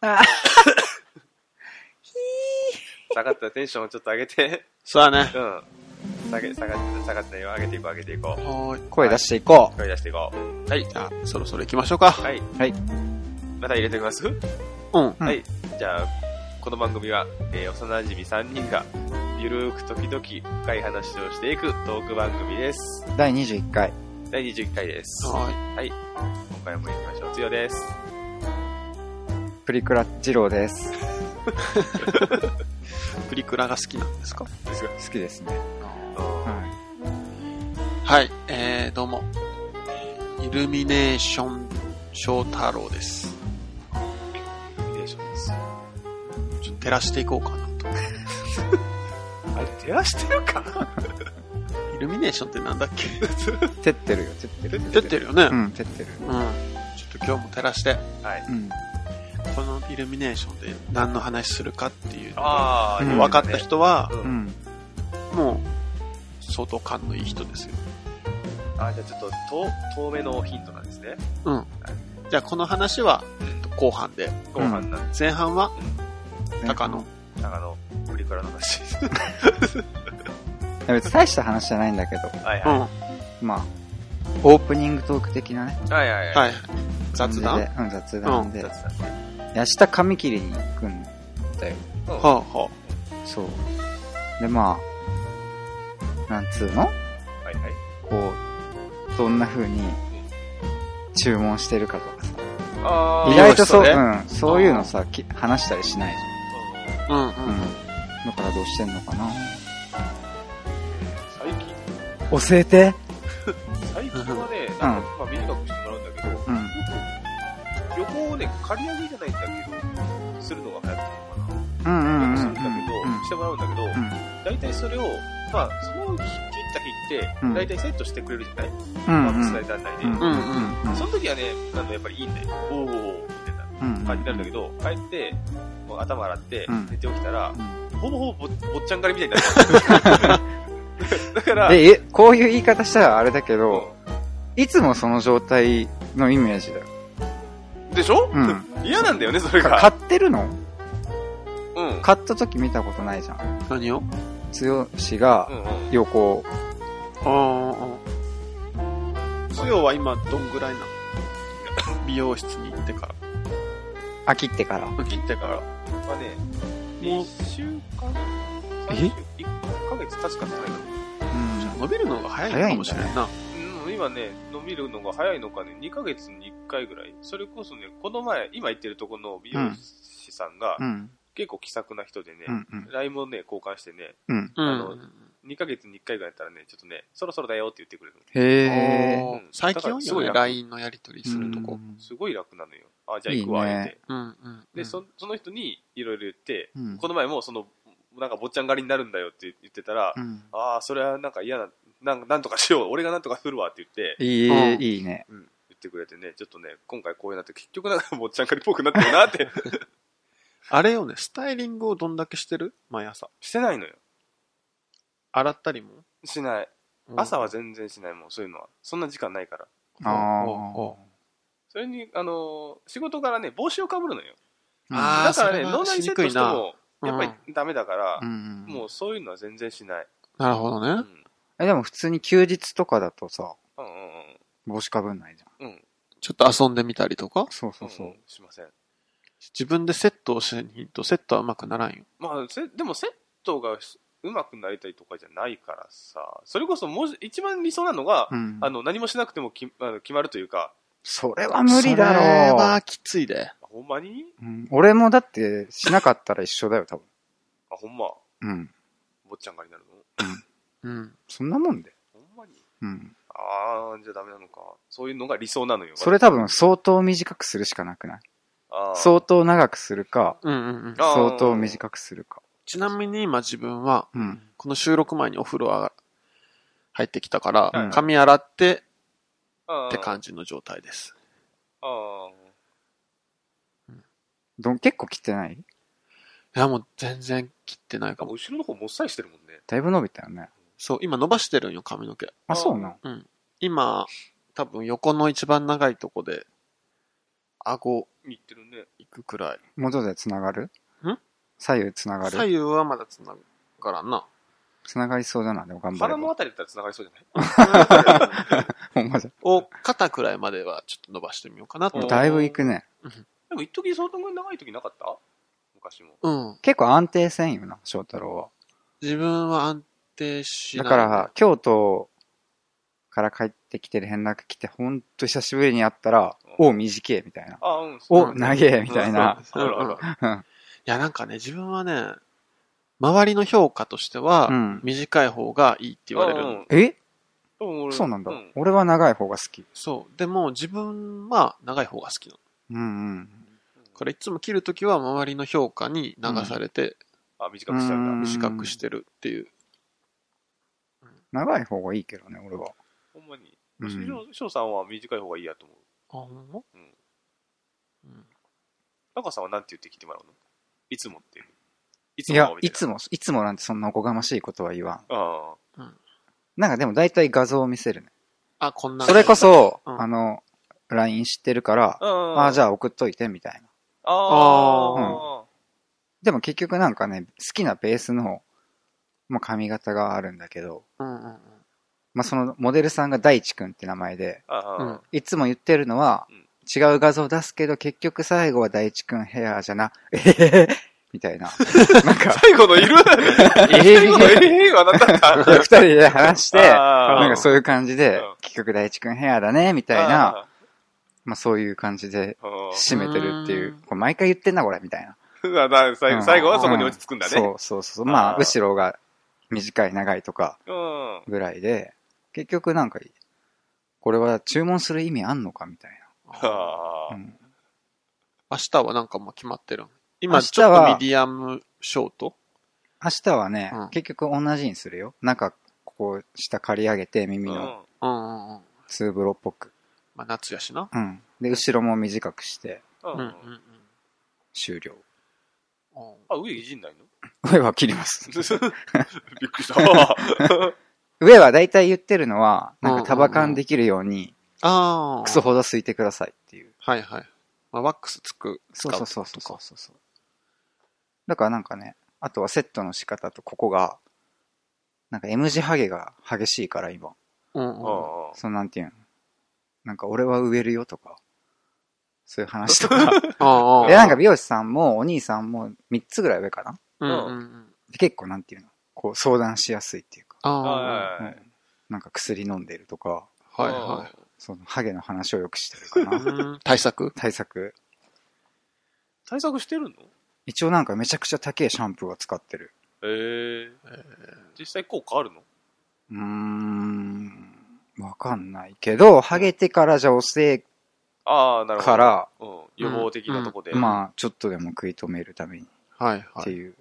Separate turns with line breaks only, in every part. あー
下がったテンションをちょっと上げて、
そうだね。
うん。下げ、下がって、下がって、上げていこう、上げていこ
はーい声出していこ。。
う。声出していこう。はいう
じゃあ、そろそろ行きましょうか。
はい。
はい。
また入れておきます、
うん。
うん
はい。じゃあ、この番組は、えー幼馴染み3人が、ゆるーく時々深い話をしていくトーク番組です。
第21回。
第21回です。今
は
回も行きましょう。つよです。
プリクラ二郎です。
い。プリクラが好きなんですか
ですが
好きですね。は
はい。えー、どうも。イルミネーション翔太郎です。
イルミネーションです。
ちょっと照らしていこうかなと。
あれ、照らしてるか
イルミネーションってなんだっけ
い。照ってるよ、照ってる。
照ってるよね。
う
うん。
ん、照ってる。
ちょっと今日も照らして、
はい。
うん。
このイルミネーションで何の話するかっていうのが
あー、
うん
分かった人は、
う。
うんん。
もう、相当感のいい人ですよ。
あー、じゃあちょっと、と、遠めのヒントなんですね。
うん。じゃあこの話は、えっと後半で、
後半なん
前半は高野。
中のプリクラの話です。
いや別に大した話じゃないんだけど、
はい
うん。
は
は
まあ、オープニングトーク的なね。
い。はいはい
い
はい。
はい。雑談
感じでうん、雑談で。
雑談ね
明日髪切りに行くんだよ。
うん
はあは
そう。で、まあ、なんつうの
はいはい。
こう、どんな風に注文してるかとかさ。
あー
意外とそう、
美容室
うん、そういうのさ、き話したりしないじ
あ。うん
ゃん。
う。
うんん。だからどうしてんのかな
最近、
教えて
最近はね、なんか、まあ短くしてもらうんだけど、
うん。
旅行をね、借り上げじゃないんだけど、するのが流行ってるのか
うんうんう
な。
んう
する
ん
んだけど、してもらうんだけど、大体それを、まあ、その切った切って
う、ん
大体セットしてくれるじゃない
うん
ま
う
あ、
ん
伝えたんないで。
うんうんうん
その時はね、あの、やっぱりいいんだよ。おーおーおーみたいな
うん
感じになるんだけど、帰って、もう頭洗って
うん、
寝て起きたら、
う
ほぼほぼぼっちゃん狩りみたいにな る。だから、
で、え、こういう言い方したらあれだけ
う
ど、いつもその状態のイメージだよ。
んでしょ
うん
でも嫌なんだよね、それ
か
が。
買ってるの
うん。うん
買った時見たことないじゃん。
何を
つよしが
うん。
横、
あーあー。つよは今どんぐらいなの 美容室に行ってか
飽きてから。
ら。切ってから。
まあね、
もう
1週間
え
?1 ヶ月確かじゃないかな。
伸びるのが早いのかもしれないな。
うん、今ね、伸びるのが早いのかね、2ヶ月に1回ぐらい。それこそね、この前、今行ってるとこの美容師さんが、
うん。
結構気さくな人でね、
うんうん。
LINE もね、交換してね、
うん。
うん
あの2ヶ月に1回ぐらいやったらね、ちょっとね、そろそろだよって言ってくれるの。
へー。
あー最近
だか
多いよね、
らすごい楽
LINE のやり取りするとこ。
すごい楽なのよ。あ、じゃあ行くわ、
いいね
言って。
うんうん。
で、そその人にいろいろ言って、
うん
この前もその、なんか坊ちゃん狩りになるんだよって言ってたら、
うん。
ああ、それはなんか嫌な、なんなんとかしよう、俺がなんとかするわって言って、
い
うん
い、いいね。
うん、言ってくれてね、ちょっとね、今回こういうなって、結局なんか坊ちゃん狩りっぽくなってるなって。
あれよね、スタイリングをどんだけしてる毎朝。
してないのよ。
洗ったりも
しない。朝は全然しないもん、そういうのは。そんな時間ないから。
ああ
おうおう
それに、あのー仕事からね、帽子をかぶるのよ。
あー
だからね、
それは
脳内セットしても、
しにくい
や
な
っぱりダメだから、
うん。
もうそういうのは全然しない。
なるほど
うん。う
ね。
ん
え、でも普通に休日とかだとさ、
うんうん
帽子かぶんないじゃん。
うん。うん。
ちょっと遊んでみたりとか。
そうそうそう。
ん。しません。
自分でセットをしにとセットはうまくならんよ。
まあ、せでもセットがうまくなりたいとかじゃないからさ、それこそもう一番理想なのが、
うん。
あの、何もしなくてもきあの決まるというか、
それは無理だ
それ
ろ
はきついで。
あほんまに
う。うん俺もだってしなかったら一緒だよ、多分。
あ、ほんま、
うん。
坊ちゃんがになるの
うん。
そんなもんで。
ほんまに
うん。
あー、じゃあダメなのか。そういうのが理想なのよ。
それ多分相当短くするしかなくない
あー
相当長くするか、
うんうんうん。
あー
相当短くするか。
ちなみに今自分は、
うん。
この収録前にお風呂は入ってきたか
は
ら
い、
髪洗って
あー
って感じの状態です。
あ
どん結構切ってない
いやもう全然切ってない
あ。
かも。
後ろの方もっさりしてるもんね。
だいぶ伸びたよね。
そう、今伸ばしてるんよ、髪の毛。
あ、そうなの
今、多分横の一番長いとこで、顎
言ってるね。
行くくらい。
元で繋がる
ん
左右繋が
左
る
右はまだ繋がらんな。
繋がりそうだな、でも頑張れ
腹
ば。
のあたりだったら繋がりそうじゃない
ほんまじ
を肩くらいまではちょっと伸ばしてみようかな
ゃ。
と。
だいぶ行くね。
でも一時相当長い時なかった昔も。
うん。
結構安定せんよな、翔太郎は。
自分は安定しな
だ
い。
から、京都から帰ってきてる連絡来て、ほんと久しぶりに会ったら、
うん
お、短え、みたいな。
あうん。そう
お、長え、みたいな。
うんあるある
うんうんいや、なんかね、自分はね、周りの評価としては、
うん
短い方がいいって言われるの。
うん
え
うん俺
そうなんだ
う。
俺は長い方が好き。
そう。でも、自分は長い方が好きなの。
うんうん。
これいつも切るときは周りの評価に流されて
あ、短くしちゃうんだ。
うん
短くしてるっていう。
長い方がいいけどね、俺は。
ほんまに。
うん
しょ翔さんは短い方がいいやと思う。
あ、ほんま
うん
うん
中さんはなんて言ってきてもらうのいつもっていう。い
いや、い
も
つも、いつもなんてそんなおこがましいことは言わん。
みたいな。あ
なんかでも大体画像を見せるね。
あ、こんな
それこそ、
うん
あの、LINE 知ってるから、
あ。うん
ああ、じ
ゃ
ゃあ送っといて、みたいな。
あ。あ
あ
あ。
でも結局なんかね、好きなベースの、まあ、髪型があるんだけど、
うんうんうん。
まあ、そのモデルさんが大地くんって名前で、
ああ
うん、
いつも言ってるのは
うん、
違う画像出すけど、結局最後は大地くんヘアじゃな、えへへみたい な。なんか、
最後のいる最後のええはなんだった
二人で話して、
あー
なんかそういう感じで
うん、
結局大地くんヘアだね、みたいな、。まあそういう感じで
ああ
締めてるっていううんこれ毎回言ってんな、これ、みたいな。
うんあだ最
うん
後最後はそこに落ち着くんだね。
そうそうそう。ま
あ
あ、
ー
後ろが短い、長いとか
うん。
ぐらいで、結局なんか、これは注文する意味あんのかみたい
あ
ああ。
な。うん
明日はなんかもう決まってるの
明
今、
日
ちょっと
は
ミディアムショート
明日はね
うん、
結局同じにするよ。なんか、ここ、下刈り上げて、耳
うん
の
うんうんうん。
ツーブロっぽく。
まあ、夏やしな。
うん。で、後ろも短くして、
う
うんんうん
終了。
うんうん。
あ、上いじんないの
上は切ります。
びっくりした。
上は大体言ってるのは、なん
う
か、
んうん
タバカンできるように、
ああ。
クソ。ほど吸いてくださいっていう。
はいはい。まあ、ワックスつく、使
そうう
と
そう
か
そうそうそうそうそう。だからなんかね、あとはセットの仕方とここが、なんか M 字ハゲが激しいから今。
うんうん。
ああ
そのなんていうのなんか俺は植えるよとか、そういう話とか。
ああ。
で、なんか美容師さんもお兄さんも3つぐらい上かな
うんうんうん。
で結構なんていうのこう相談しやすいっていうか、
あ
はい
うんなんか薬飲んでるとか、
あ。はいは
そのハゲの話をよくしてるか
い。う
な。
ん対策
対策。
対策してるの
一応なんかめちゃくちゃ高いシャンプーは使ってる。
ええ。実際効果あるの
うーん、わかんないけど、ハゲてからじゃ遅え
ああ、なるほど。
から、
うん。予防的なとこで。
まあ、ちょっとでも食い止めるために
はいは
って
い。
いう。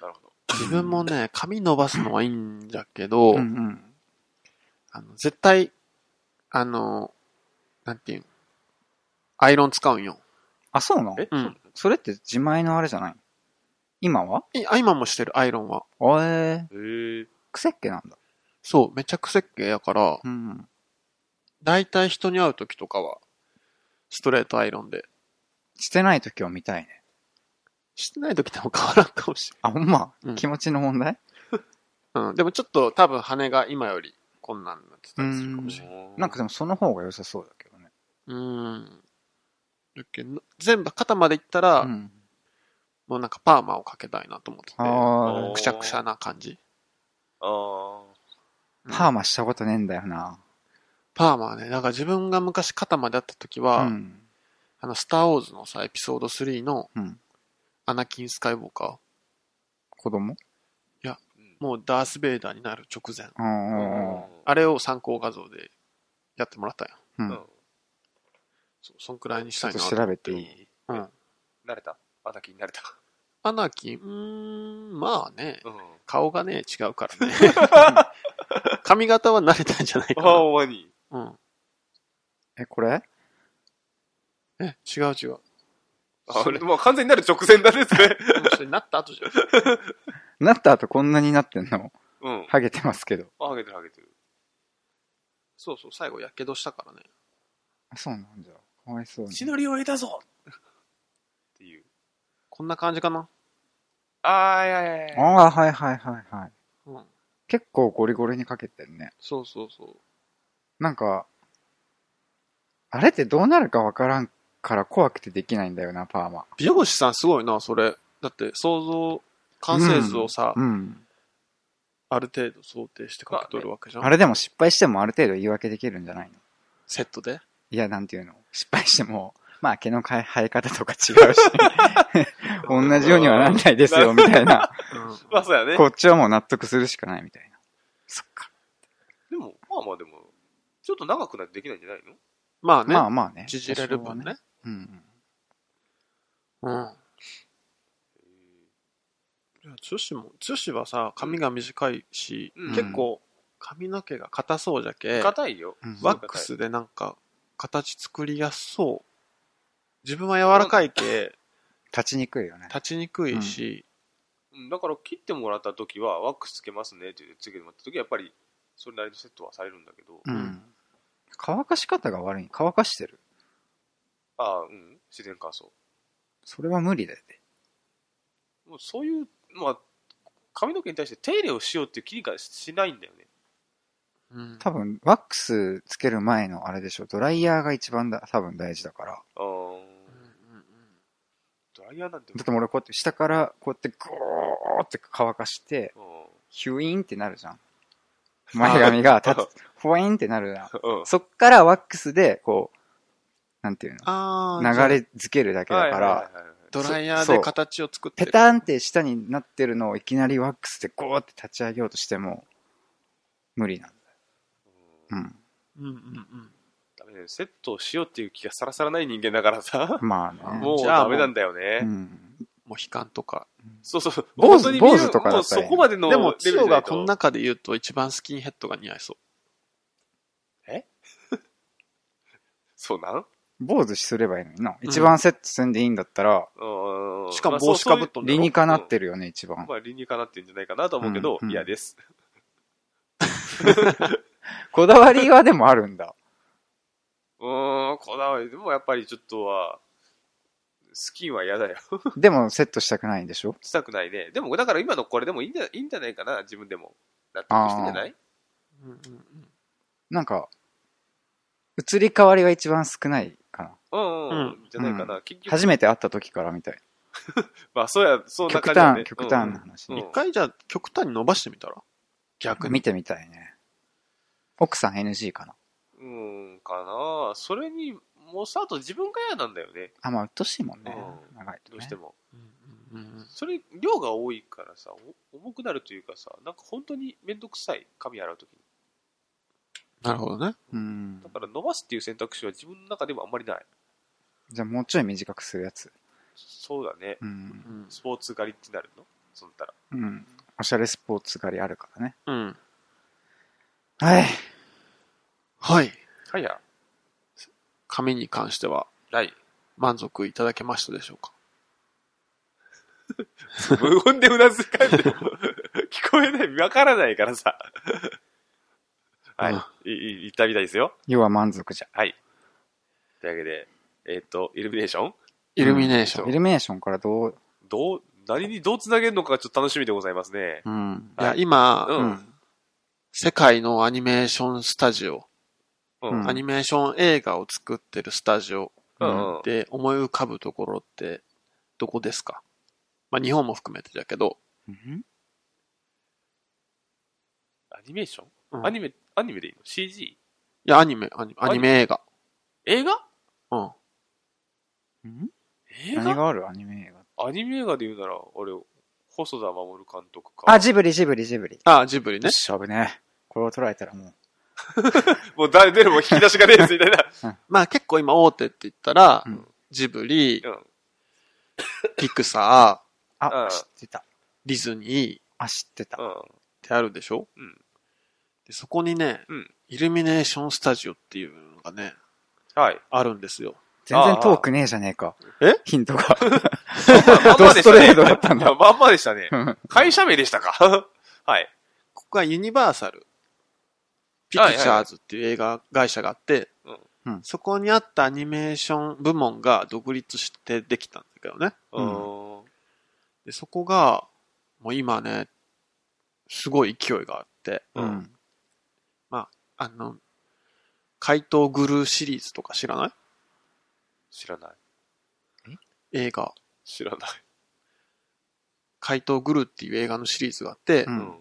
なるほど。
自分もね、髪伸ばすのはいいんだけど、
うんうん。
あの絶対、あの、なんていうん、アイロン使うんよ。
あ、そうなの
え
うん
それって自前のあれじゃない今はい
あ今もしてる、アイロンは。
あえー、
へえ。
癖っ気なんだ。
そう、めちゃくせっけやから、
うんうん。
だいたい人に会う時とかは、ストレートアイロンで。
してない時を見たいね。
してない時でも変わらんかもし
あ、ほんま、
うん
気持ちの問題
れん。うん、でもちょっと多分羽が今よりこんなんになってたりするかもしれん。
なんかでもその方が良さそうだけどね。
うん。だっけな全部肩までいったら、
うん。
もうなんかパーマをかけたいなと思ってて、
あ
ー
くしゃくしゃな感じ。
あ
あ、パーマしたことねえんだよな。
パーマはね、なんか自分が昔肩まであった時
う
は、
ん。
あの、スターウォーズのさ、エピソード3の
うん。
アナキン・スカイウォーカ
子供
ー、もうダース・ベイダーになる直前、
う
あ。
んうんうん。
あ
あれを参考画像でやってもらったんよ。
う。
うんん。
そそんくらいにし
ちょ
た
っ
い
と
な
調べていい
うん。
慣れたまた気になれた。
アナキン、うーん、まあね、
うん。
顔がね、違うから ね。髪型は慣れたんじゃないか
ああ、
な。
お前に。
うん。
え、これ
え、違う違う。
あれ、もう完全になる直前だね、それ。
でもそれなった後じゃん。
なった後こんなになってんの
うん。
ハゲてますけど。
あ、ハゲてるハゲてる。
そうそう、最後、やけどしたからね。
あそうなんじゃ。かわいそうに。
血のりを得たぞっていう。
こんな感じかな。
あーいやいやいや。
ああ、はいはいはいはい。
うん。
結構ゴリゴリにかけてるね。
そうそうそう。
なんか、あれってどうなるかわからんから怖くてできないんだよな、パーマ。
美容師さんすごいな、それ。だって、想像、完成図をさ、
うん。
ある程度想定して書き取るわけじゃん。
あれでも失敗してもある程度言い訳できるんじゃないの
セットで
いや、なんていうの失敗しても、まあ毛の生え方とか違うし、 同じようにはなんないですよ、みたいな。
まあそうやね。
こっちはもう納得するしかないみたいな。そっか。
でも、まあまあでも、ちょっと長くないとできないんじゃないの
まあね、
まあまあね。
縮れる分ね。
うんうん。
うん。いや、女子も、女子はさ、髪が短いし、
うん
結構髪の毛が硬そうじゃけ、
硬いよ。
うん
ワックスでなんか形作りやすそう。自分は柔らかいけ、
立ちにくいよね。
立ちにくいし、
うんだから切ってもらった時は、ワックスつけますねって言ってつけてもらった時は、やっぱり、それなりのセットはされるんだけど。
うん。乾かし方が悪い。乾かしてる。
ああ、うん。自然乾燥。
それは無理だよね。
もうそういう、まあ、髪の毛に対して手入れをしようっていう気がしないんだよね。
うん
多分、ワックスつける前のあれでしょ、ドライヤーが一番だ、多分大事だから。
あー
うんうん
ドライヤーなんて
だっ、て俺こうやって下からこうやってゴーって乾かして、
うん。
ヒュイーンってなるじゃん。前髪が立つホワインってなるじゃん。
うん。
そっからワックスで、こう、なんていう
あ
の、
あ、
流れ付けるだけだか
はいは
ら、
いはいはい
ドライヤーで形を作って
ペ
る。
タンって下になってるのをいきなりワックスでゴーって立ち上げようとしても、無理なんだ。
うん
うん。
うんうんうん。
ダメだよセットをしようっていう気がさらさらない人間だからさ、
まあね。
もう
じゃあ
ダメなんだよね。
うん。
モヒカンとか。
そうそう。
坊
本
主
当に見える
坊主とかだ
もう
った
そ
らいい
こまでの
でも、
レ
チ
ベル
ヨ
じゃな
が
いと
この中で言うと一番スキンヘッドが似合いそう。
そうなん
坊主すればいいのにな。一番セットせんでいいんだったら、
うん
しかも帽子かぶっとんだ
理にかなっ
る。
てるよね、一番。
まあ理にかなってんじゃないかなと思うけど
う、んうん
嫌です。
こだわりはでもあるんだ。
うーん、こだわり。でもやっぱりちょっとは、スキンは嫌だよ。
でもセットしたくないんでしょ
したくないね。でもだから今のこれでもいいんじゃいいんじゃないかな、自分でも。納得してんじゃない
うんうんうん。
なんか、移り変わりが一番少ないかな。
うんうん
う
うん。じゃないかな。結局、
初めて会った時からみたい
まあそうや、そ
な。
んな感じ
極
だ
端、
ね。
極端
うん
な話。
うん
一回じゃあ極端に伸ばしてみたら逆に。
見てみたいね。奥さん NG かな。
うん、かなそれに、もうさ、あと自分が嫌なんだよね。
あ、まあ、うっとしいもんね。
う
長いと、
ど
ね。
うしても。
うんうんうん
それ、量が多いからさ、お重くなるというかさ、なんか本当にめんどくさい、髪洗うときに。
なるほどね。
うん
だ。から伸ばすっていう選択肢は自分の中でもあんまりない。
じゃあもうちょい短くするやつ。
そうだね。
うん。
うん。
スポーツ狩りってなるのそんたら。
うん。おしゃれスポーツ狩りあるからね。
うん。
はい。
はい。
はいや。
髪に関しては
ない。
満足いただけましたでしょうか
無言でうなずかんでも 聞こえない、わからないからさ。はい。い、い、言ったみたいですよ。
要は満足じゃ。
はい。というわけで、えっと、イルミネーション
イルミネーショ
イ
ン。
ルミネーションからどう、
どう、何にどう繋げるのかがちょっと楽しみでございますね。
うん。
いや、今、
うん
うん
世界のアニメーションスタジオ、
う
うん
ん。
アニメーション映画を作ってるスタジオ
うん。
で思い浮かぶところってどこですかまあ日本も含めてだけど、
うん
アニメーション、
うん
アニメ、アニメでいいの ?CG?
いや、アニメ、アニメ、アニメ映画。
映画
うん。
うん
映
何
画
があるアニメ映画。
アニメ映画で言うなら、俺、細田守監督か。
あ、ジブリ、ジブリ、ジブリ。
あ、ジブリね
よ。し、危ねえ。これを捉えたらもう。
もう誰でも引き出しがねえぞみたいな。
まあ結構今大手って言ったら、
うん
ジブリ
う、ん。
ピクサー、
う
あ
ん、
知ってた。
ディズニーっ
あ、知ってた
う。ん。
てあるでしょ
うん
でそこにね、
うん
イルミネーションスタジオっていうのがね、
はい。
あるんですよ。
全然遠くねえじゃねえか。
え
ヒント が。
まん
ド
までし
ス
た
トレ
ね
ートだったん
い
だ
や。まんまでしたね。
うん
会社名でしたか はい。
ここはユニバーサル、ピクチャーズっていう映画会社があって、
はいはいうん
うん
そこにあったアニメーション部門が独立してできたんだけどね。
うん
おー
で、そこが、もう今ね、すごい勢いがあって、
う
うん
ん。
あの、怪盗グルーシリーズとか知らない
知らない。
映画。
知らない。
怪盗グルーっていう映画のシリーズがあって、
うん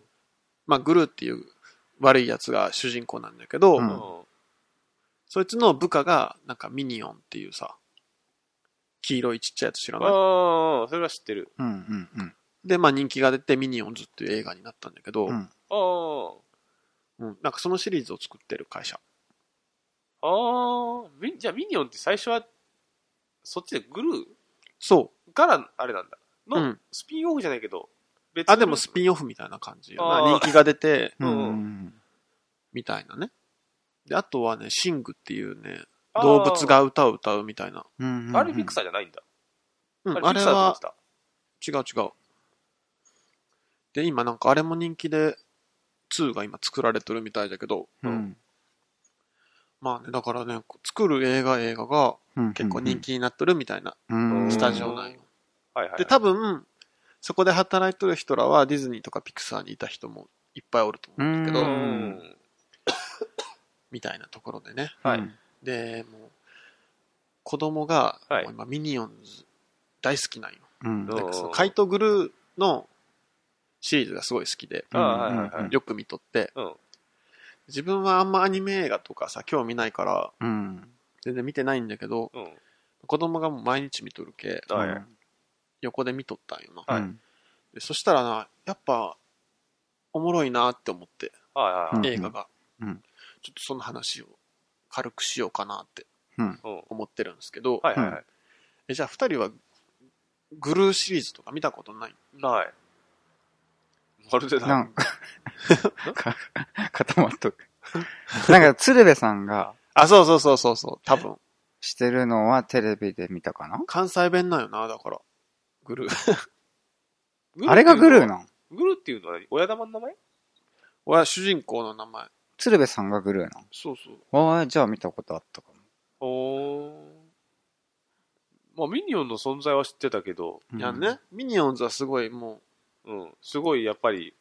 まあ、グルーっていう悪いやつが主人公なんだけ
う
ど、
うんん。うん
そいつの部下が、なんかミニオンっていうさ、黄色いちっちゃいやつ知らない
ああ、それは知ってる。
うん。うん。うん。
で、まあ人気が出てミニオンズっていう映画になったんだけど、
う
うんん、
ああ。
なんかそのシリーズを作ってる会社。
ああ、ミじゃあミニオンって最初は、そっちでグル
そ
ーからあれなんだ。
う。う
の、
ん。
スピンオフじゃないけど、別
あ、でもス
ン
ピンオフみたいな感じよ
あ
な。
ー
人気が出て、
うんうん。
みたいなね。で、あとはね、シングっていうね、動物。が歌を歌うみたいな。
うんうん。
あれピクサーじゃないんだ。
うん、あ
ピク
れ
サーと思っ
は
て、た
違う違う。で、今なんかあれも人気で、2が今作られてるみたいだけど、
うん。
まあね、だからね、作る映画映画が
うん。
結構人気になってるみたいな、
うん。
スタジオ内の。
はいはいはい。
で、多分、そこで働いてる人らはディズニーとかピクサーにいた人もいっぱいおると思うんだけ
う
ど、
ん。
みたいなところでね。
はい
うん。
で、もう、子供が、
はい
もう今ミニオンズ大好きなんよ。
うん。
お
な
ー
んかその怪盗グルーのシリーズがすごい好きで、
ああ、はいはい
うん
はい。
よく見とって、
うん
自分はあんまアニメ映画とかさ、興味ないから、
うん。
全然見てないんだけど、
うん。
子供がもう毎日見とるけ、
はい
うん
横で見とったんよな。
はい
うん
でそしたらな、やっぱ、おもろいなって思って、
はいはいはい。
映画が。
うんうん
ちょっとその話を軽くしようかなって
うん。
思ってるんですけど、
はいはいはい。
えじゃあ二人はグルーシリーズとか見たことない
ない。まるでない。
なんか、か固まっとる。なんか、鶴瓶さんが
あ、そうそうそうそうそう、多分。
してるのはテレビで見たかな
関西弁なんよな、だから。グルー。
グ
あれがグルー
ー
なん
グルーっていうのは親玉の名前
俺は主人公の名前。
鶴瓶さんがグルーなん
そうそう。
わー、じゃあ見たことあったかも。
おー。まあ、ミニオンの存在は知ってたけど、
うん
いやね、ミニオンズはすごいも
うん、すごいやっぱり、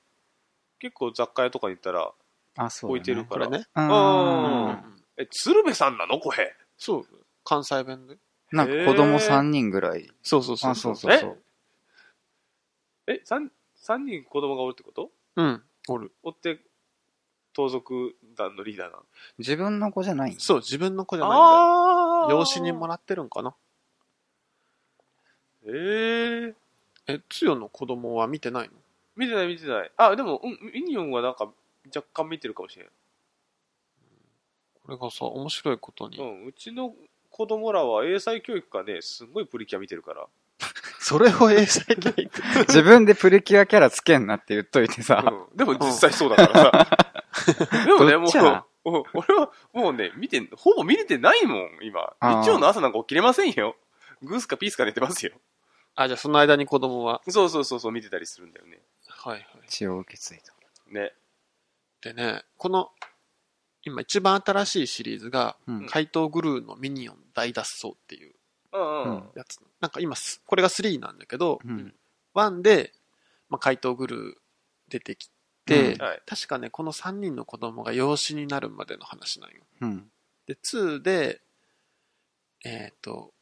結構雑貨屋とかに行ったら、
あ、そうだね。
置いてる
う、
か
こ
ら
れ。ね。
う
う
うん
ん
ん。
え、鶴瓶さんなのこれ。
そう。関西弁で。
なんか子供3人ぐらい。
そうそうそう。
あ、そうそうそう。
え、三、三人子供がおるってこと
うん。おる。
おって、盗賊団のリーダーなの。
自分の子じゃないん
そう、自分の子じゃないんだよ。
あ
養子にも
ら
らってるんかな。
えー、
え、つよの子供は見てないの
見てない見てない。あ、でも、うん、ミニオンはなんか、若干見てるかもしれん。
これがさ、面白いことに。
うん、うちの子供らは英才教育がね、すごいプリキュア見てるから。
それを英才教育。
自分でプリキュアキャラつけんなって言っといてさ。
うんでも実際そうだから さ。でもね、
どっ
も
ちやな
う、うん俺はもうね、見て、ほぼ見れてないもん、今。
あー
日曜の朝なんか起きれませんよ。グースかピースか寝てますよ。
あ、じゃあその間に子供は。
そうそうそう、そう見てたりするんだよね。
はいはい。
血を受け継いだ。
ね。
でね、この、今一番新しいシリーズが、
うん。
怪盗グルーのミニオン大脱走っていう
うんうん。
やつ。なんか今す、これが3なんだけど、
うん
1で、まあ、怪盗グルー出てきて、
うん
はい
確かね、この3人の子供が養子になるまでの話なんよ。
うん。
で、2で、えっ、と、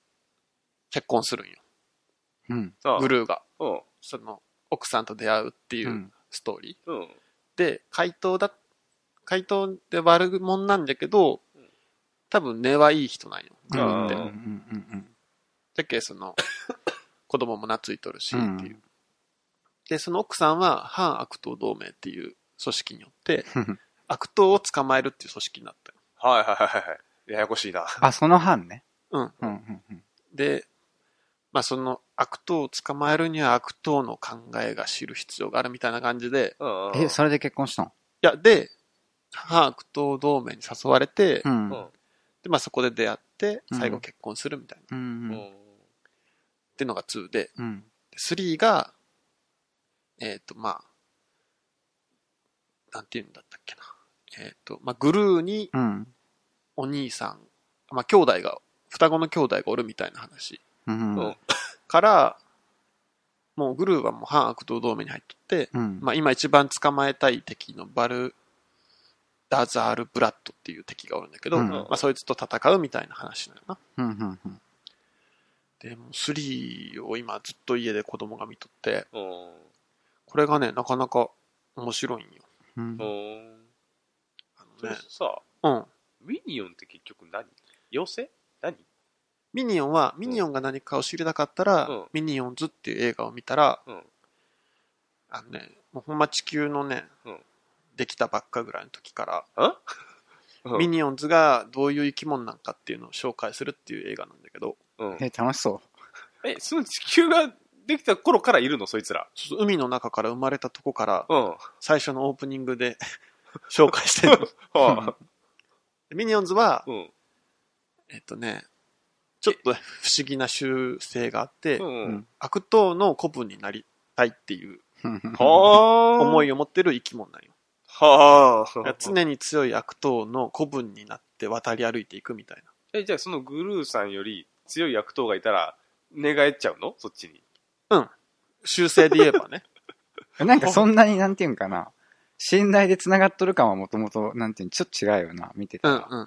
結婚するんよ。
うん。。
あ
グルーが。
うん。
その、奥さんと出会うっていううんストーリー。
うん。
で、怪盗だ、怪盗で悪者なんだけど
うん、
多分根はいい人なんよ、グ
う
ル
ん
ーっ
う
て。
んうん
だっけその、子供も懐いとるし、
う
ってい
ん
う。で、その奥さんは、反悪党同盟っていう組織によって、
うん。
悪党を捕まえるっていう組織になったよ
はいはいはいはい。ややこしいな。
あ、その班ね。
うん。
うんうんうん。
で、まあその悪党を捕まえるには悪党の考えが知る必要があるみたいな感じで、
うんうん。
え、それで結婚したの
いや、で、反悪党同盟に誘われて、
う。
うんん。
うん
で、まあそこで出会って、
うん
最後結婚するみたいな。っ
う
うん
ん。
ていうのが2で、
うん。
で3が、えっ、と、まあ、なんていうんだったっけな。えっ、と、まあ、グルーに
うん。
お兄さんまあ、兄弟が、双子の兄弟がおるみたいな話。
うん。
う
うん
んから、もうグルーはもう反悪党同盟に入っとって、
うん。
まあ、今一番捕まえたい敵のバルダザール・ブラッドっていう敵がおるんだけど、
うん
まあ、そいつと戦うみたいな話なのな。
うんうんうん。
で、もう3を今ずっと家で子供が見とって、
うん。
これがね、なかなか面白いんよ。
うん
うん。
あ
そ
の
れ
ね、
さ、
うん。
ミニオンって結局何妖精何
ミニオンは、ミニオンが何かを知りたかったら、
うん
ミニオンズっていう映画を見たら、
うん。
あのね、もうほんま地球のね、
うん
できたばっかぐらいの時から、
うん
ミニオンズがどういう生き物なんかっていうのを紹介するっていう映画なんだけど、
うん。
え、楽しそ
え、その地球ができた頃からいるのそいつら。
そうそう海の中から生まれたとこから、
うん。
最初のオープニングで 紹介してるの。
は
ミニオンズは
あ。、うん。
えっとね、ちょっと不思議な習性があって、
う
うんん。
悪党の子分になりたいっていう
う。
はあ。
思
い。
いを持ってる生き物なんよ。
は
だから
あ。
常に強い悪党の子分になって渡り歩いていくみたいな。
え、じゃあそのグルーさんより強い悪党がいたら、寝返っちゃうのそっちに。
習性で言えばね。
えなんかそんなになんていうんかな。信頼で繋がっとる感はもともと、なんていうん、ちょっと違うよな、見てた
うん
ら。
うんう
へ
ん。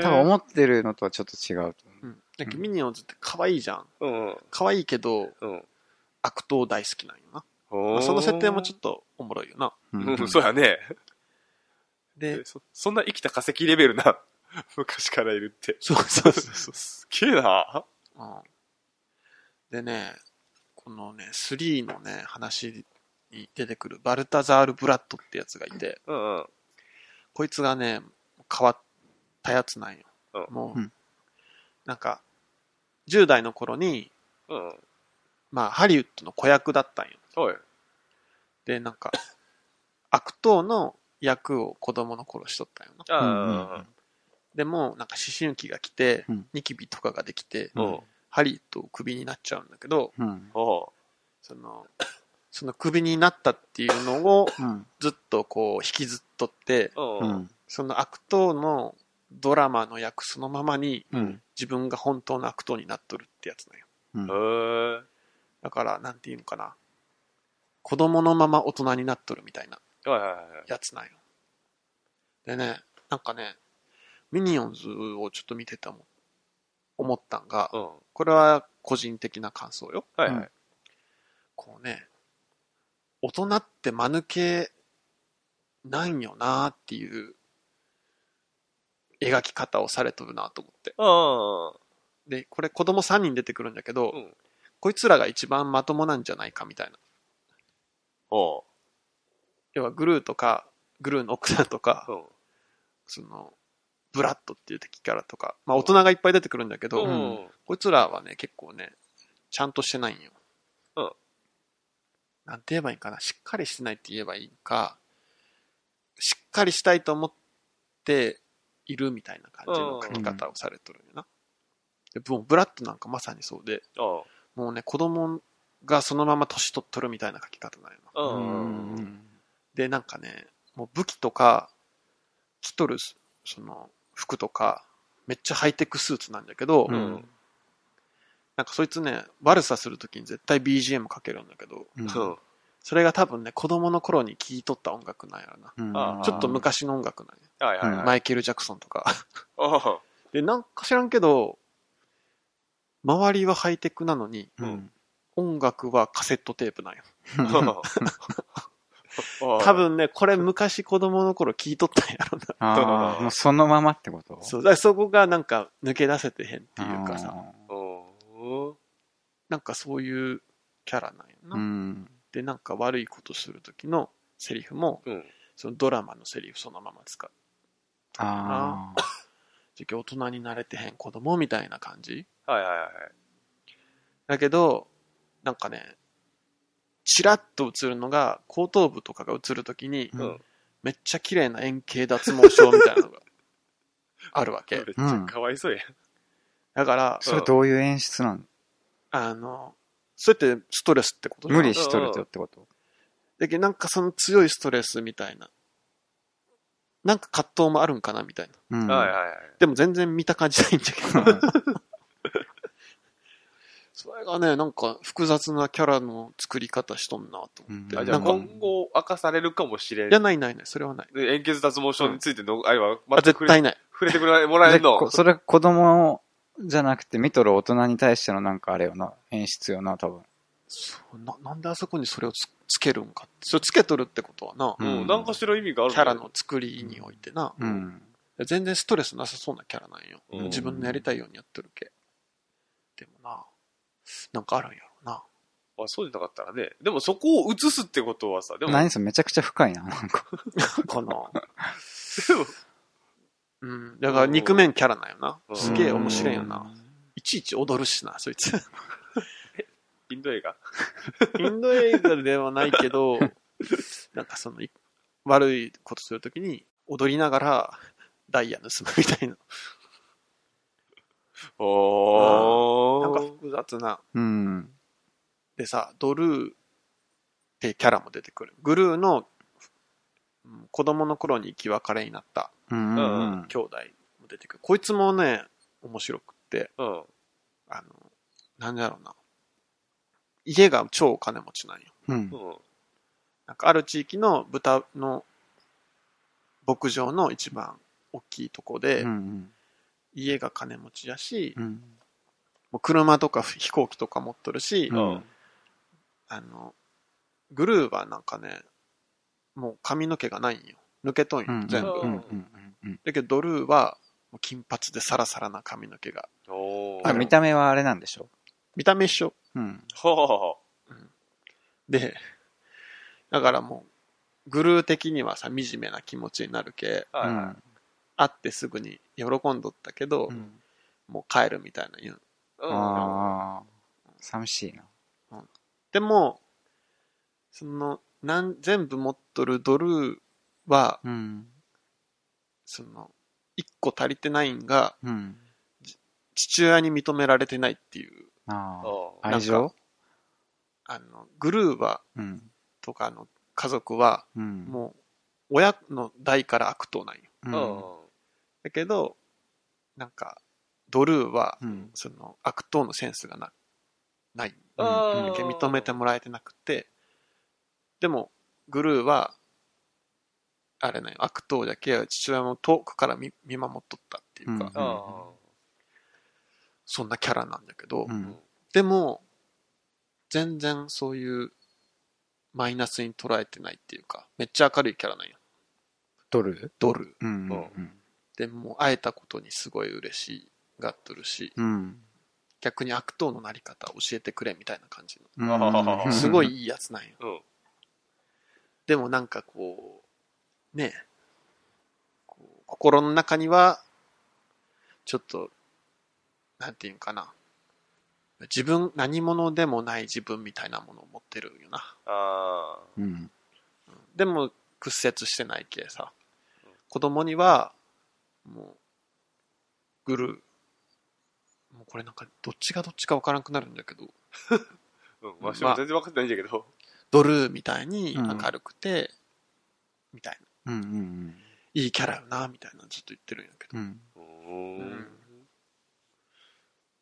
え。
ん多分思ってるのとはちょっと違うと思
うん、だけどミニオンズって可愛いじゃん。
うん。
可愛いけど、
うん。
悪党大好きなんよな。
ほ
ま
ー
あその設定もちょっとおもろいよな。
う
う。
ん ん、そうやね。
で、
そそんな生きた化石レベルな、 昔からいるって。
そうそうそう。
すげえな。
うん、でね、このね、3のね、話に出てくるバルタザール・ブラッドってやつがいて、
うんうん。
こいつがね、変わったやつなんよ。
うん
もう、
うん
なんか、10代の頃に、
うん。
まあ、ハリウッドの子役だったんよ。
おい。
で、なん か、悪党の役を子供の頃しとったんよな。
あ
でも、なんか思春期が来て、
うん
ニキビとかができて、
あ。うん。
ハリウッドをクビになっちゃうんだけど、
うん。
お
その、そのクビになったっていうのを
うん。
ずっとこう引きずっとって、
うん。
う。
うん
その悪党のドラマの役そのままに
うん。
自分が本当の悪党になっとるってやつなんよ。
うん。
へえ。
だから、なんていうのかな。子供のまま大人になっとるみたいな
はいはいはい。
やつなんよ。でね、なんかね、ミニオンズをちょっと見てても思ったんが、
うん。
これは個人的な感想よ。
はいはい。
こうね、大人って間抜けなんよなっていう描き方をされとるなと思って。
う
で、これ子供3人出てくるんだけど、
ん。うん。
こいつらが一番まともなんじゃないかみたいな。
おう。
要はグルーとか、グルーの奥さんとか、
うん。
その、ブラッドっていう敵キャラとか、まあ大人がいっぱい出てくるんだけど、
うん
こいつらはね、結構ね、ちゃんとしてないんよ。
うん。
なんて言えばいいんかな。しっかりしてないって言えばいいんか、しっかりしたいと思っているみたいな感じの書き方をされとるんよな。でもうブラッドなんかまさにそうで、
おう。
もうね、子供がそのまま年取っとるみたいな書き方なんよな。
う
うん。うん。
ん。
で、なんかね、もう武器とか、着とる、その、服とか、めっちゃハイテクスーツなんだけど、
うん
なんかそいつね、悪さするときに絶対 BGM かけるんだけど、
うん
うん。
それが多分ね、子供の頃に聴いとった音楽なんやろな。
あー
ちょっと昔の音楽なんや。
はいはいはい。
マイケル・ジャクソンとか。
おう。
で、なんか知らんけど、周りはハイテクなのに、
うん。
音楽はカセットテープなんや。
おう
多。分ね、これ昔子供の頃聴いとったんやろな。
ああ、もうそのままってこと
そう、だからそこがなんか抜け出せてへんっていうかさ、
おう。
なんかそういうキャラなんや
あー
な。
うん。
で、なんか悪いことするときのセリフも、
うん。
そのドラマのセリフそのまま使う。
ああ。
じゃあ大人になれてへん子供みたいな感じ
はいはいはい。
だけど、なんかね、チラッと映るのが、後頭部とかが映るときに、
う
うんん。
めっちゃ綺麗な円形脱毛症みたいなのがあるわ
め
け
っ。ちゃかわいそうや。
だから、
それどういう演出なの
あの、そうやってストレスってことじゃん
無理しとるってこと
だけどなんかその強いストレスみたいななんか葛藤もあるんかなみたいな。
うん。
はいはいはい。
でも全然見た感じないんだけ ど。それがね、なんか複雑なキャラの作り方しとんなと思って。
うん
あじゃあ
なんか、
う
い
ん
今後明かされるかもしれん。
や、ないないない、それはない。
で円形脱毛症についての、あれは、
あ、
全く
絶対ない。
触れてくれもらえんの
でこそれ子供じゃなくて、見とる大人に対してのなんかあれよな、演出よな、多分。
そうななんであそこにそれをつつけるんかってそれつけとるってことはな、
う、
うんん
なんかしら意味がある
キャラ。の作りにおいてな、
うん。
全然ストレスなさそうなキャラなんよ、
うん
自分のやりたいようにやってるけでもななんかあるんやろ うな
まあ、そうじゃなかったらね。でもそこを映すってことはさ、でも、
何それめちゃくちゃ深いな、なんか。
この
でも
うんだから肉面キャラなんよな
うん
すげえ面白いよな。いちいち踊るしなそいつ
インド映画。
インド映画ではないけど なんかそのい悪いことするときに踊りながらダイヤ盗むみたいな
お
なんか
ー。
複雑な
うん。
でさ、ドルーってキャラも出てくる。グルーのうん子供の頃に生き別れになった
うん。うんうん。
兄弟も出てくる。こいつもね、面白くって、
うん。
あの、なんだろうな。家が超お金持ちなんよ。
うん
う。ん。
なんかある地域の豚の牧場の一番大きいとこで、
うん
家が金持ちやし、
うん。
もう車とか飛行機とか持っとるし、
うん
あの、グルーはなんかね、もう髪の毛がないんよ。抜けとんよ、
うん。
全部。
うんうんうん
だけどドルーはもう金髪でサラサラな髪の毛が。
お
う
ー。
ん。見た目はあれなんでしょ
見た目一緒。
うん。
は
で、だからもう、グルー的にはさ、惨めな気持ちになるけ、
あ。
う
はいはい。
ん。
会ってすぐに喜んどったけど、
うん
もう帰るみたいな言う。
うん
ああ。寂しいな。
でも、その、なん全部持っとるドルーは、
うん。
その、一個足りてないんが、
うん。
父親に認められてないっていう、
ああ。
あ
愛情
あの、グルーバ
うん。
とかの家族は、
うん。
もう、親の代から悪党なんよ。
う。
うん
だけど、なんか、ドルーは、
うん。
その、悪党のセンスがな、ない。
あー
認めてもらえてなくて、でも、グルーは、あれなんよ、悪党だけは父親も遠くから見見守っとったっていうか、
うん
あ
そんなキャラなんだけど、
う
ー
ん。
でも、全然そういうマイナスに捉えてないっていうか、めっちゃ明るいキャラなんよ。
ドル
ドル。
うん。
うん
でもう会えたことにすごい嬉しがっとるし、
うん。
逆に悪党のなり方を教えてくれみたいな感じの。
あー
すごい。いいやつなんよ。
うん。
でもなんかこう、ねえこう心の中には、ちょっと、なんていうんかな。自分、何者でもない自分みたいなものを持ってるよな。
あ
うん。
でも屈折してないけさ
うん。
子供には、もう、グルー。もうこれなんか、どっちがどっちかわからなくなるんだけど、
ー。うん。わしも全然分かってないんだけど。
ドルーみたいに
うん
明るくて、みたいな。
うん。うん。
いいキャラよな、みたいなのずっと言ってるんやけど。
うん。
う
うんん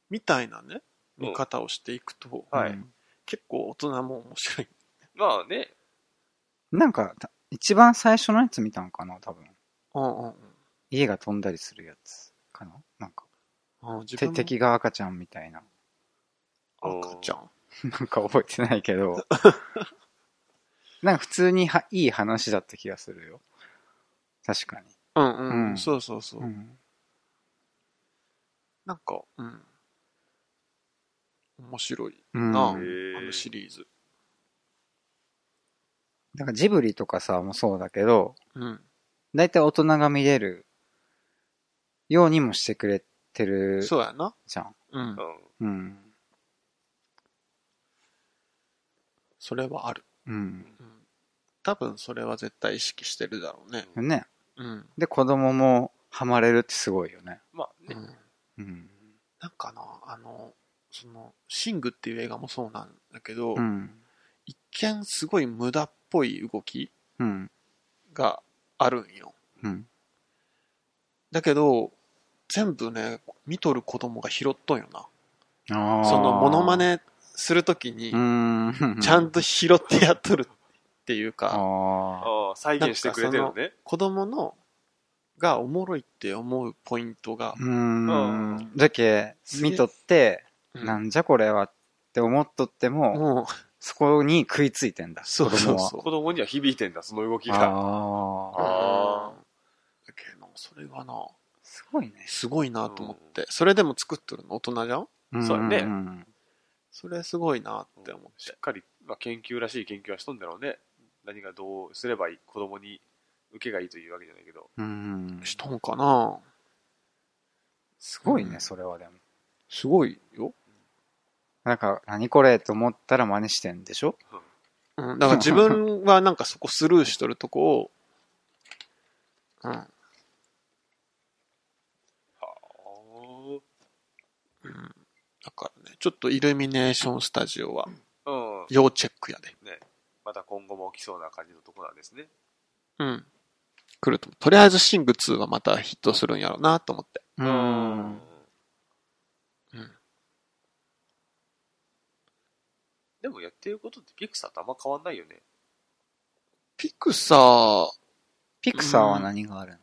みたいなね、
うん
見方をしていくと、
はい
結構大人も面白い。
まあね。
なんか、た一番最初のやつ見たのかな、多分。
うんうん
家が飛んだりするやつかな。なんか、
うん。自
て
分
敵が赤ちゃんみたいな。
も赤ちゃん。
なんか覚えてないけど。なんか普通にはいい話だった気がするよ。確かに。
うんうん、う、
うんん
そうそうそう。
うん。
なんか、うん。面白い
うん
な、
へー
あのシリーズ。
なんかジブリとかさ、もそうだけど、
うん。
だいたい大人が見れるようにもしてくれてる
そうやな。
じゃん。
うん
う。ん。
うん。
それはある。
うん。
うん。多分それは絶対意識してるだろうね。
ね。
うん。
で、子供もハマれるってすごいよね。
まあね。
うん。
うん。
なんかな、あの、その、シングっていう映画もそうなんだけど、
うん。
一見すごい無駄っぽい動き
うん。
があるんよ。
うん。
だけど、全部ね、見とる子供が拾っとんよな。
そ
そのモノマ。ネするときに
う、ーん。
ちゃ
と。
んと拾ってやっとるっていうか、
あ
ああ、再現してくれてるのね。
子供の、がおもろいって思うポイントが
あ。う、ーん。だけ、見とって、
うん
なんじゃこれはって思っとっても、
もう、
そこに食いついてんだ。
そうそうそう。
子供には響いてんだ、その動き
子供
が。
は。ああ。
あー
うんだけど、それがな、
すごいね。
すごいなと思って、それでも作っとるの大人じゃん
そうやね
ん
それすごいなって思っ
してっ。かり、まあ、研究らしい研究はしとんだろうね。何がどうすればいい、子供に受けがいいというわけじゃないけど。
うん。
しとんかな
すごいうね、
ん
それはでも。
すごいよ。
なんか、何これと思ったら真似してんでしょ
うん、だから自分はなんかそこスルーしとるとこを、うん、うん。だからね、ちょっとイルミネーションスタジオは、
ああ。うん。
要チェックやで。
また今後も起きそうな感じのとこなんですね。
うん。来ると。とりあえずシング2はまたヒットするんやろうなと思って。
う
う
うん。
でもやってることってピクサーとあんま変わんないよね。
ピクサー、
ピクサーは何があるの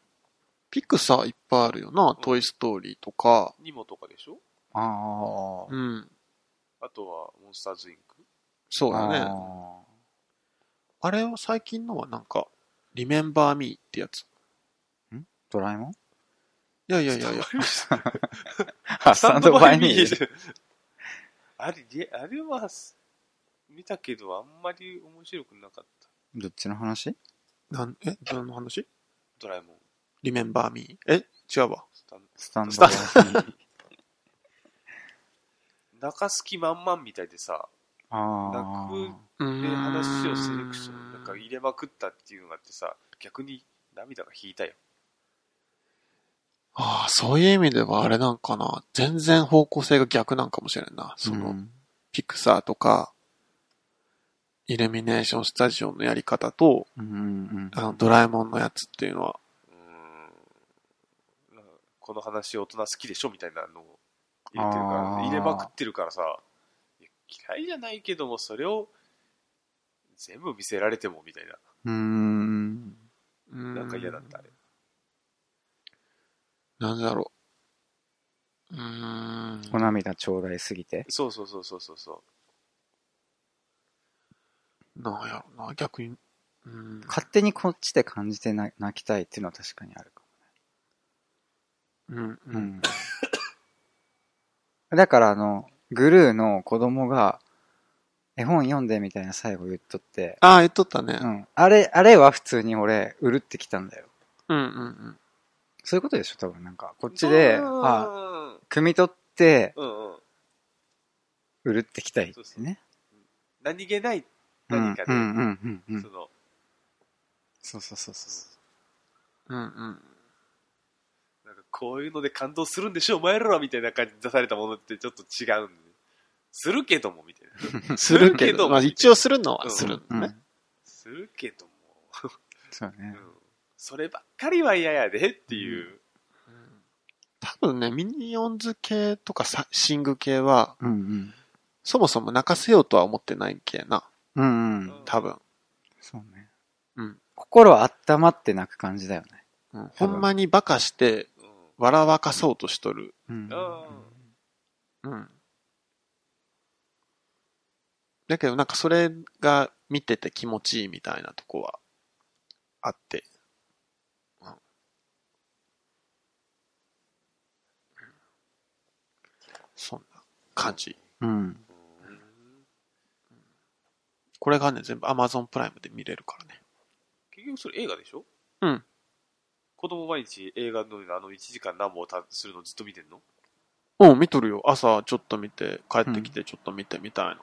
ピクサーいっぱいあるよな。トイストーリーとか、
ニモとかでしょ
ああ。
うん。
あとはモンスターズインク。
そうだね。
あ
あれは最近のはなんか、リメンバーミーってやつ。い
ードラえもん
やいやいやいや。
あ、スタンドバイミー。
ー。 あれ、いやあれはす、見たけどあんまり面白くなかった。
どっちの話
なんえ何の話
ドラえもん。
リメンバーミー。え違うわ。
スタン
スタンドバイミー。
中好き満々みたいでさ、
あ
泣く
う
で
ーん
話をセレクション、なんか入れまくったっていうのがあってさ、逆に涙が引いたよ。
ああ、そういう意味ではあれなんかな。全然方向性が逆なんかもしれんな。
あ。
その、
うん
ピクサーとか、イルミネーションスタジオのやり方と、
うんうん
あの、ドラえもんのやつっていうのは、
うーんなんかこの話大人好きでしょみたいなのを入れてるから、
あー
入れまくってるからさいや嫌いじゃないけどもそれを全部見せられてもみたいな
うん。
な
なんか嫌だったあれ
なんだろう。うーん。
お涙ちょうだいすぎて。
そうそうそうそうそうそ
なんやろな、逆に。うん。
勝手にこっちで感じてな泣きたいっていうのは確かにあるか
うん。う。
も。うんん。だからあの、グルーの子供が絵本読んでみたいな最後言っとって、
ああ、言っとったね
う。ん。あれ、あれは普通に俺、うるってきたんだよ。
うんうんうん。
そういうことでしょ、多分なんか。こっ
う
ちで、
う
あ、
ん
汲み取って、
うんうん
うるってきたいってね。
何気ない
うん
何かで、
うんうんうんうん
その
そうそうそうそ
うんうん。
なんかこういうので感動するんでしょお前らはみたいな感じで出されたものってちょっと違うんでするけどもみたいな
するけ ど、まあ一応するのはする
う。
の
う
ね。
ん。
するけども
そう
う
ね
ん。そればっかりは嫌やでっていう。
多分ね、ミニオンズ系とかさシング系は、
うんうん。
そもそも泣かせようとは思ってない系な。
うんうん。
多分。
そうね。
うん。
心温まって泣く感じだよね。
うん、ほんまにバカして、
うん
笑わかそうとしとる。
うん。
あ
うん。だけどなんかそれが見てて気持ちいいみたいなとこはあって。うん。そんな感じ。
うん。
うん
これがね、全部 Amazon プライムで見れるからね。
結局それ映画でしょ
うん。
子供毎日映画のあの1時間何本たするのずっと見てんの
うん、見とるよ。朝ちょっと見て、帰ってきてちょっと見てみたいな。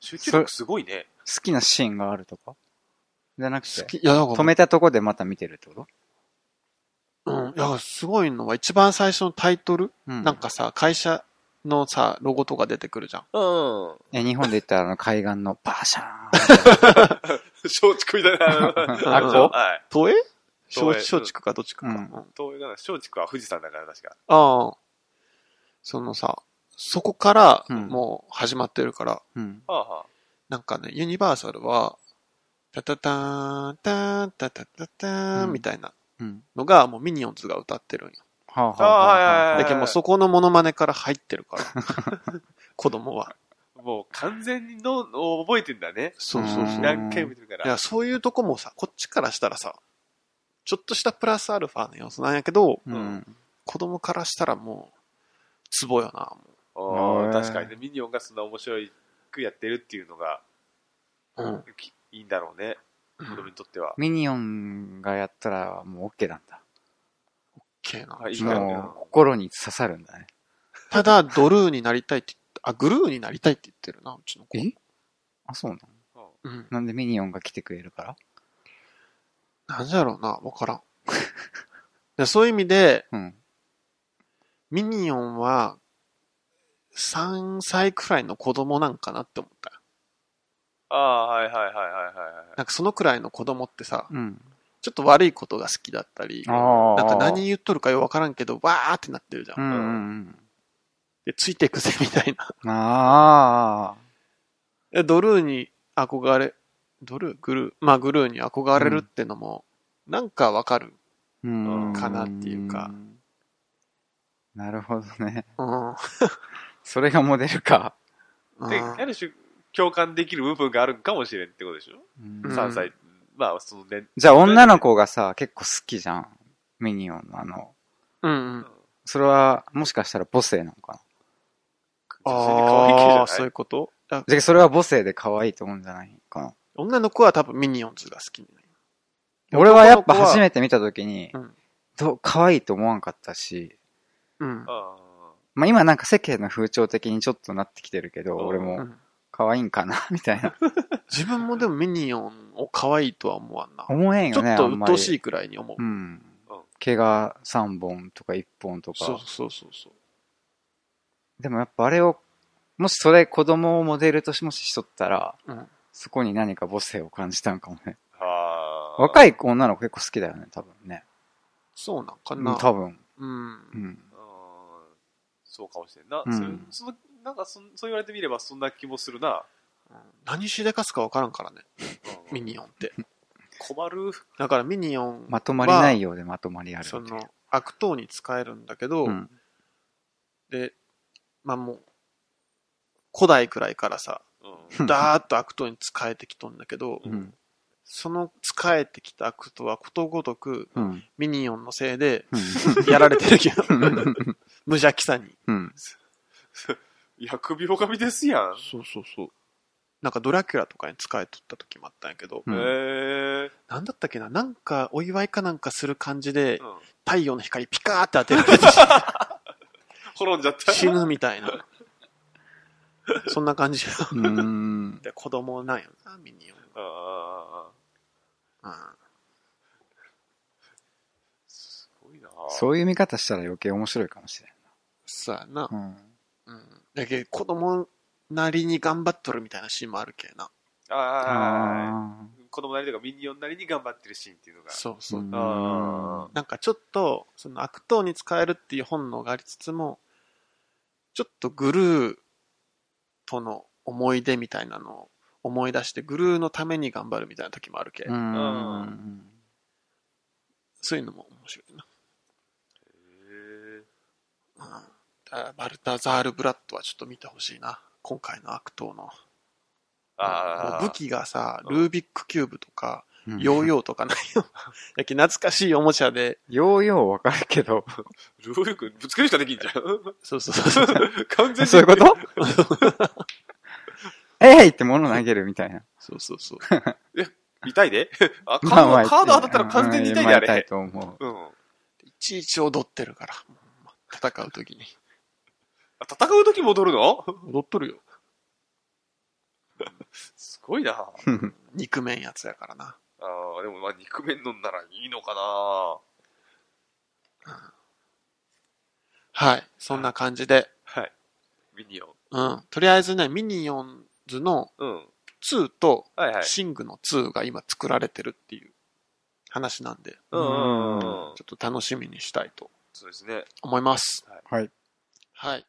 集中力すごいね。
好きなシーンがあるとかじゃなく
好
て、
き、いや、だから
止めたとこでまた見てるってこと
うん、いや、すごいのは一番最初のタイトル、
うん
なんかさ、会社のさ、ロゴとか出てくるじゃん。
うん。
え、日本で言ったらあの海岸のバシャーン。
松竹みたいな。あれじゃんはい。
都営
そう
松
や
松竹かどっちかか。
うん
うん
東映だから松竹は富士山だから確か。
ああ。そのさ、そこから
うん
もう始まってるから、
うん。
はあはあ。
なんかね、ユニバーサルは、タタターン、ターン、タタタター
うん
ンみたいな
うん。
のが、もうミニオンズが歌ってるんよ。
はあは
あーはいはいはい
だけどもうそこのモノマネから入ってるから。 子供は。
もう完全にのを覚えてんだね。
そうそうそうう。
ん
い
何回も見てるから。
や、そういうとこもさ、こっちからしたらさ、ちょっとしたプラスアルファの要素なんやけど、
う。
うん
子供からしたらもう、ツボよな、
あ
へ
あ
ー
確かにね、ミニオンがそんな面白くやってるっていうのが、
もう。うん。
きいいんだろうね。子供にとっては。
ミニオンがやったらもう OK なんだ。
けーな。
はいいいからね
もう心に刺さるんだね。
ただ、ドルーになりたいって言って、あ、グルーになりたいって言ってるな、うちの子。
えあ、そうなの
うん
うん。
なんでミニオンが来てくれるから
なんじゃろうな、わからん で。そういう意味で、
うん。
ミニオンは、3歳くらいの子供なんかなって思った。
ああ、はいはいはいはいはいはい。
なんかそのくらいの子供ってさ、
うん。
ちょっと悪いことが好きだったり、
あ
な
あ。
んか何言っとるかよくわからんけど、わーってなってるじゃん。
うんうん
で、ついていくぜみたいな。
うん。ああ。
でドルーに憧れ、ドルーグルー、まあグルーに憧れるってのも、なんかわかる。
うん。
かなっていうか。
なるほどね。
うん。
それがモデルか。
うん
で、ある種、共感できる部分があるんかもしれんってことでしょ、
うん
うん
?3 歳。まあ、その年、
じゃあ女の子がさ、結構好きじゃん。ミニオンのあの、
うん
う
うんん。
それはもしかしたら母性なのかな
女性に可愛い系じゃな
あーそうい
いう
ことあ
じゃあそれは母性で可愛いと思うんじゃないかな。
女の子は多分ミニオンズが好きになる。
俺はやっぱ
男の子は
初めて見た時に
うん、
どう可愛いと思わんかったし、
うん。
あ
まあ今なんか世間の風潮的にちょっとなってきてるけど、
うん
俺
う
も
ん
可愛いんかな みたいな。
自分もでもミニオンを可愛いとは思わんな。
思えん
ちょ
よね、
っ
あ
と
ん
鬱
まり。
陶しいくらいに思う
う。ん
うん。
毛が3本とか1本と
そう
か。
そうそうそう。
でもやっぱあれを、もしそれ子供をモデルとしもししとったら、
うん
そこに何か母性を感じたんかもね。
ーあー。
若い女の子結構好きだよね、多分ね。
そうなんか
うん
な。
多分。
うん
う。ん。
うんそうかもしれんな。
うん
それそのなんかそん、そう言われてみればそんな気もするな。
何しでかすかわからんからね。
うん
ミニオンって。
困る。
だからミニオン
まとまりない
よ。
ようでまとまりあるってい。
そうの、悪党に使えるんだけど
う、ん。
で、まあもう、古代くらいからさ、
うん
だーっと悪党に使えてきとんだけど
う、ん。
その使えてきた悪党はことごとく
うん。
ミニオンのせいで
う
やられてるけど、
ん。
無邪気さに。
うん。
疫病神ですやん。
そうそうそう。なんかドラキュラとかに使えとった時もあったんやけど、
うん
へえ。
なんだったっけななんかお祝いかなんかする感じで
う、ん
太陽の光ピカーって当てら れて
滅んじゃった。
死ぬみたいな。そんな感じな
うーん。
で、子供なんよな、ミニオン
あーあー。あー
は。
すごいな。
そういう見方したら余計面白いかもしれ
そうやな。
ん。
うん。だけど子供なりに頑張っとるみたいなシーンもあるけえな。
ああ。
あ
子供なりとかミニオンなりに頑張ってるシーンっていうのが。
そう
ー
そうう。
ん。
あ
なんかちょっと、その悪党に使えるっていう本能がありつつも、ちょっとグルーとの思い出みたいなのを思い出して、グルーのために頑張るみたいな時もあるけ、
う
うん
ん。
そういうのも面白いな。
へ
うん、だからバルタザール・ブラッドはちょっと見てほしいな。今回の悪党の。
ーああ。
武器がさ、
うん
ルービックキューブとか、
うん
ヨーヨーとかないよ。やけ懐かしいおもちゃで、
ヨーヨーわかるけど、
ルールくんぶつけるしかできん じゃん。
そうそうそう。
完全に。
そういうことえいって物投げるみたいな。
そうそうそう。
痛いであ、カード、カード当たったら完全に痛いであ
うんまあ痛い
れ。
と思
うん。
いちいち踊ってるから、戦う時に。
あ戦う時戻るの
踊っとるよ。
すごいな。あ
う。
肉面やつやからな。
あ、でもまあ肉麺飲んだらいいのかな。
はい。そんな感じで。
はい。ミニオン。
うん。とりあえずね、ミニオンズの
うん。
2と、
はいはい。
シングの2が今作られてるっていう話なんで、
うんうんうんうん。
ちょっと楽しみにしたいと
そうですね。
思います。
はい。
はい。